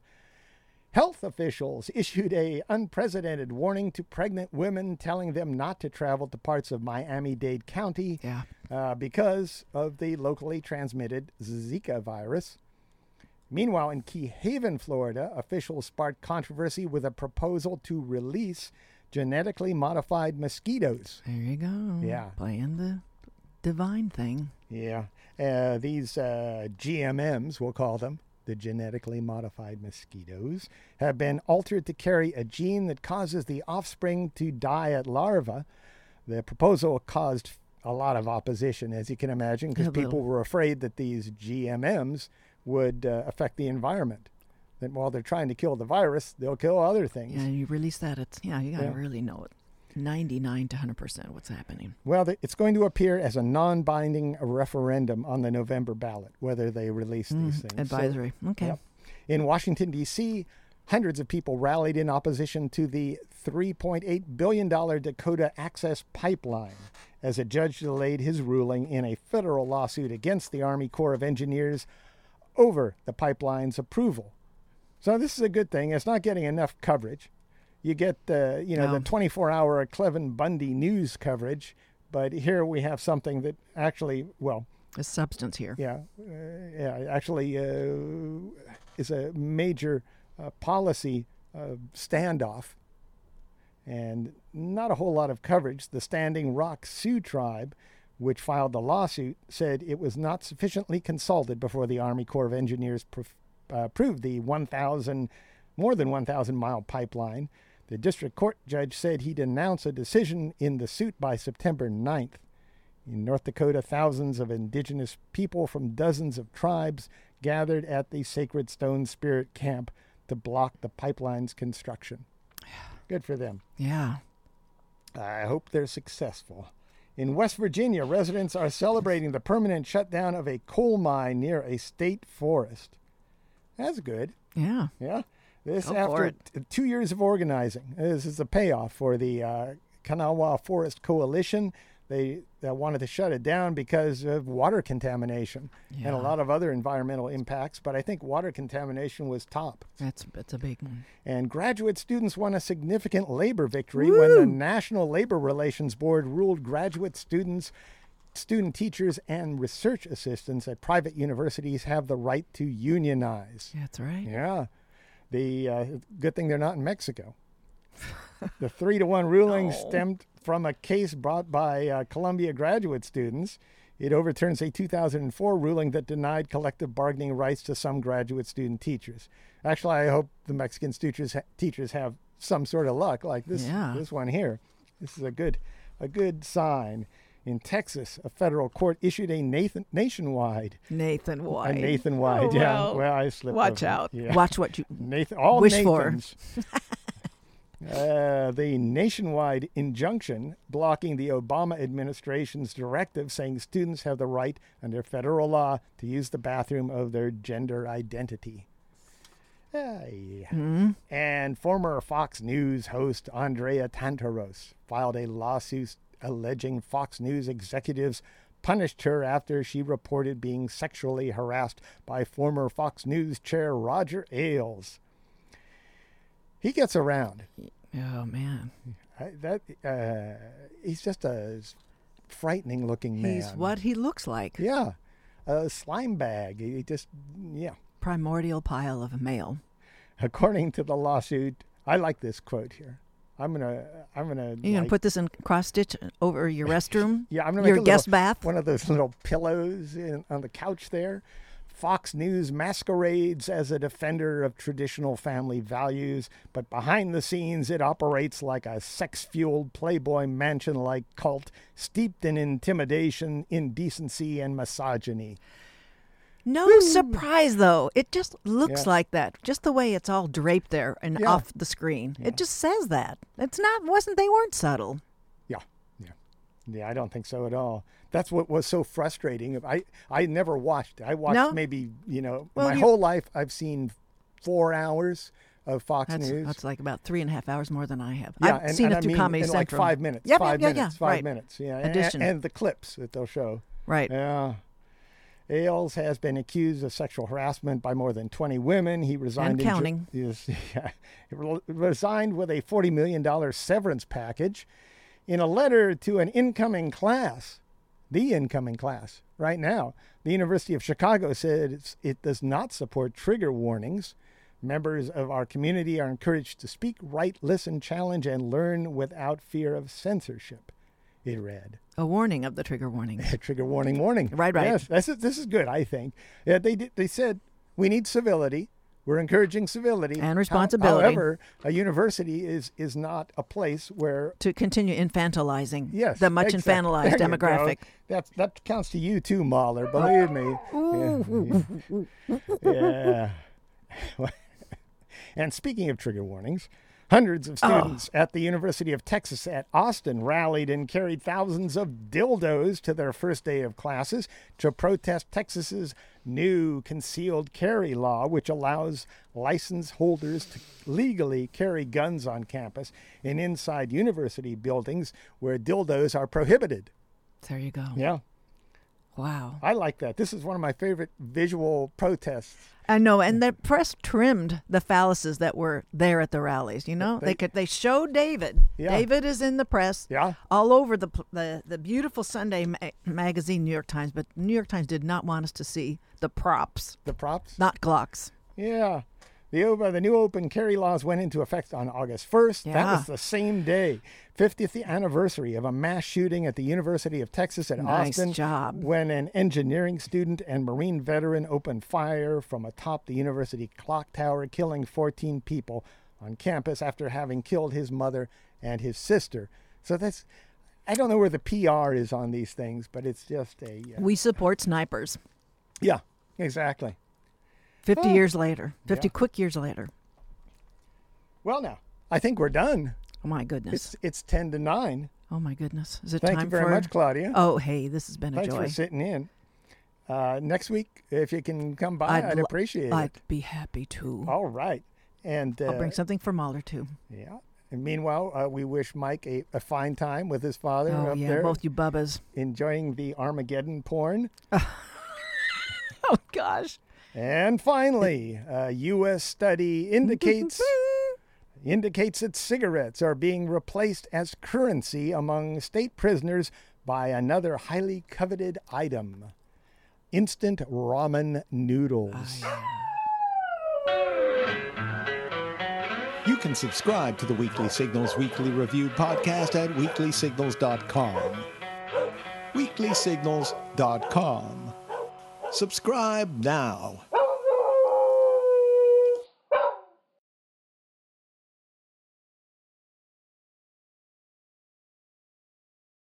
S1: Health officials issued a unprecedented warning to pregnant women, telling them not to travel to parts of Miami-Dade County
S2: Yeah.
S1: uh, because of the locally transmitted Zika virus. Meanwhile, in Key Haven, Florida, officials sparked controversy with a proposal to release genetically modified mosquitoes.
S2: There you go.
S1: Yeah.
S2: Playing the divine thing.
S1: Yeah. Uh, these uh, GMMs, we'll call them, the genetically modified mosquitoes, have been altered to carry a gene that causes the offspring to die at larva. The proposal caused a lot of opposition, as you can imagine, because
S2: A little.
S1: people were afraid that these GMMs would uh, affect the environment. That while they're trying to kill the virus, they'll kill other things.
S2: Yeah, you release that. It's yeah, you gotta
S1: Yeah.
S2: really know it. Ninety nine to hundred percent what's happening.
S1: Well, th- it's going to appear as a non binding referendum on the November ballot, whether they release these things. So-
S2: Hmm, Advisory. okay.
S1: Yep. In Washington, D.C., hundreds of people rallied in opposition to the $3.8 billion Dakota Access Pipeline as a judge delayed his ruling in a federal lawsuit against the Army Corps of Engineers over the pipeline's approval. So this is a good thing. It's not getting enough coverage. You get the you know the
S2: No.
S1: 24-hour Clevin Bundy news coverage, but here we have something that actually, well,
S2: There's substance here.
S1: yeah, uh, yeah. Actually, uh, is a major uh, policy uh, standoff, and not a whole lot of coverage. The Standing Rock Sioux tribe, which filed the lawsuit, said it was not sufficiently consulted before the Army Corps of Engineers pr- uh, approved the 1,000, more than 1,000 mile pipeline. The district court judge said he'd announce a decision in the suit by September 9th. In North Dakota, thousands of indigenous people from dozens of tribes gathered at the Sacred Stone Spirit Camp to block the pipeline's construction. Good for them.
S2: Yeah.
S1: I hope they're successful. In West Virginia, residents are celebrating the permanent shutdown of a coal mine near a state forest. That's good.
S2: Yeah.
S1: Yeah. This
S2: Go for
S1: after
S2: it.
S1: t- two years of organizing. This is a payoff for the uh, Kanawha Forest Coalition. They, uh wanted to shut it down because of water contamination and
S2: Yeah.
S1: a lot of other environmental impacts. But I think water contamination was top.
S2: That's that's a big one.
S1: And graduate students won a significant labor victory when the National Labor Relations Board ruled graduate students student teachers and research assistants at private universities have the right to unionize.
S2: That's right.
S1: Yeah. The uh, good thing they're not in Mexico. the three to one ruling stemmed from a case brought by uh, Columbia graduate students. It overturns a 2004 ruling that denied collective bargaining rights to some graduate student teachers. Actually, I hope the Mexican teachers ha- teachers have some sort of luck like this
S2: Yeah.
S1: this one here. This is a good a good sign. In Texas, a federal court issued a Nathan, nationwide
S2: Nathan White.
S1: a Nathan wide. yeah,
S3: well,
S1: well, I slipped.
S3: watch
S1: over it.
S3: out.
S1: Yeah.
S2: Watch what you.
S1: Nathan, all
S2: Wish for.
S1: Nathans. uh, the nationwide injunction blocking the Obama administration's directive saying students have the right under federal law to use the bathroom of their gender identity. Ay.
S2: Hmm?
S1: And former Fox News host Andrea Tantaros filed a lawsuit alleging Fox News executives punished her after she reported being sexually harassed by former Fox News chair Roger Ailes. He gets around.
S2: Oh man,
S1: I, that uh, he's just a frightening looking man.
S2: he's what he looks like.
S1: Yeah, a slime bag. He just yeah.
S2: Primordial pile of a male.
S1: According to the lawsuit, I like this quote here. I'm gonna I'm gonna
S2: You gonna
S1: like-
S2: put this in cross stitch over your restroom?
S1: yeah I'm gonna
S2: your
S1: make a
S2: guest
S1: little-
S2: bath.
S1: one of those little pillows in, on the couch there. Fox News masquerades as a defender of traditional family values, but behind the scenes it operates like a sex fueled Playboy mansion like cult steeped in intimidation, indecency, and misogyny.
S2: No surprise though. It just looks
S1: Yeah.
S2: like that. Just the way it's all draped there and
S1: Yeah.
S2: off the screen. It just says that. It's not wasn't they weren't subtle.
S1: Yeah, yeah, yeah. I don't think so at all. That's what was so frustrating. I I never watched. it. I watched
S2: No?
S1: maybe you know
S2: Well,
S1: my
S2: you-
S1: whole life. I've seen four hours of Fox
S2: That's
S1: News.
S2: that's like about three and a half hours more than I have.
S1: yeah,
S2: I've
S1: and,
S2: seen
S1: and
S2: it
S1: I
S2: through
S1: mean,
S2: Comedy
S1: in
S2: Central.
S1: like five minutes.
S2: Yep,
S1: five
S2: yep, yeah,
S1: minutes.
S2: yeah,
S1: Five
S2: right.
S1: minutes. Yeah, and-
S2: Addition.
S1: and the clips that they'll show.
S2: Right.
S1: Yeah. Ailes has been accused of sexual harassment by more than 20 women. He resigned. in Ju-
S2: counting.
S1: yes, yeah. He re- resigned with a $40 million severance package in a letter to an incoming class, the incoming class right now. The University of Chicago said it's, it does not support trigger warnings. Members of our community are encouraged to speak, write, listen, challenge, and learn without fear of censorship, it read
S2: A warning of the trigger warning.
S1: a trigger warning warning
S2: Right, right.
S1: yes this is, this is good i think yeah, they did, they said we need civility we're encouraging civility
S2: And
S1: How-
S2: responsibility.
S1: however a university is is not a place where
S2: to continue infantilizing
S1: yes
S2: the much
S1: exactly.
S2: infantilized
S1: There you go.
S2: demographic.
S1: that that counts to you too mahler believe me yeah. yeah. and speaking of trigger warnings Hundreds of students at the University of Texas at Austin rallied and carried thousands of dildos to their first day of classes to protest Texas's new concealed carry law, which allows license holders to legally carry guns on campus and inside university buildings where dildos are prohibited.
S2: There you go.
S1: Yeah,
S2: Wow.
S1: I like that. This is one of my favorite visual protests.
S2: I know, and the press trimmed the phalluses that were there at the rallies. You know, they,
S1: They-
S2: could they show David.
S1: Yeah.
S2: David is in the press.
S1: Yeah.
S2: all over the pl- the, the beautiful Sunday ma- magazine, New York Times. But New York Times did not want us to see the props,
S1: The props.
S2: not Glocks.
S1: Yeah. The, o- uh, the new open carry laws went into effect on August 1st. That
S2: Yeah.
S1: was the same day, 50th anniversary of a mass shooting at the University of Texas at
S2: Nice
S1: Austin.
S2: job.
S1: When an engineering student and Marine veteran opened fire from atop the university clock tower, killing 14 people on campus after having killed his mother and his sister. So that's, I don't know where the PR is on these things, but it's just a, uh,
S2: We support snipers.
S1: yeah, exactly. Oh.
S2: Fifty years later, fifty quick years later.
S1: Well, now, I think we're done.
S2: Oh my goodness.
S1: It's, it's 10 to 9.
S2: Oh my goodness. Is it
S1: Thank
S2: time
S1: you very
S2: for?
S1: much, Claudia.
S2: Oh hey, this has been a
S1: Thanks
S2: joy.
S1: for sitting in. Uh, next week, if you can come by, I'd,
S2: lo-
S1: appreciate
S2: I'd
S1: it.
S2: be happy to.
S1: All right. And uh,
S2: I'll bring something for Mahler too.
S1: yeah. And meanwhile, uh, we wish Mike a, a fine time with his father
S2: Oh
S1: up
S2: yeah,
S1: there,
S2: both you bubbas.
S1: enjoying the Armageddon porn.
S2: Oh gosh.
S1: And finally, a U.S. study indicates indicates that cigarettes are being replaced as currency among state prisoners
S4: by another highly coveted item instant ramen noodles.
S1: You can subscribe to the Weekly Signals Weekly Review podcast at weeklysignals.com. Weeklysignals.com. Subscribe now.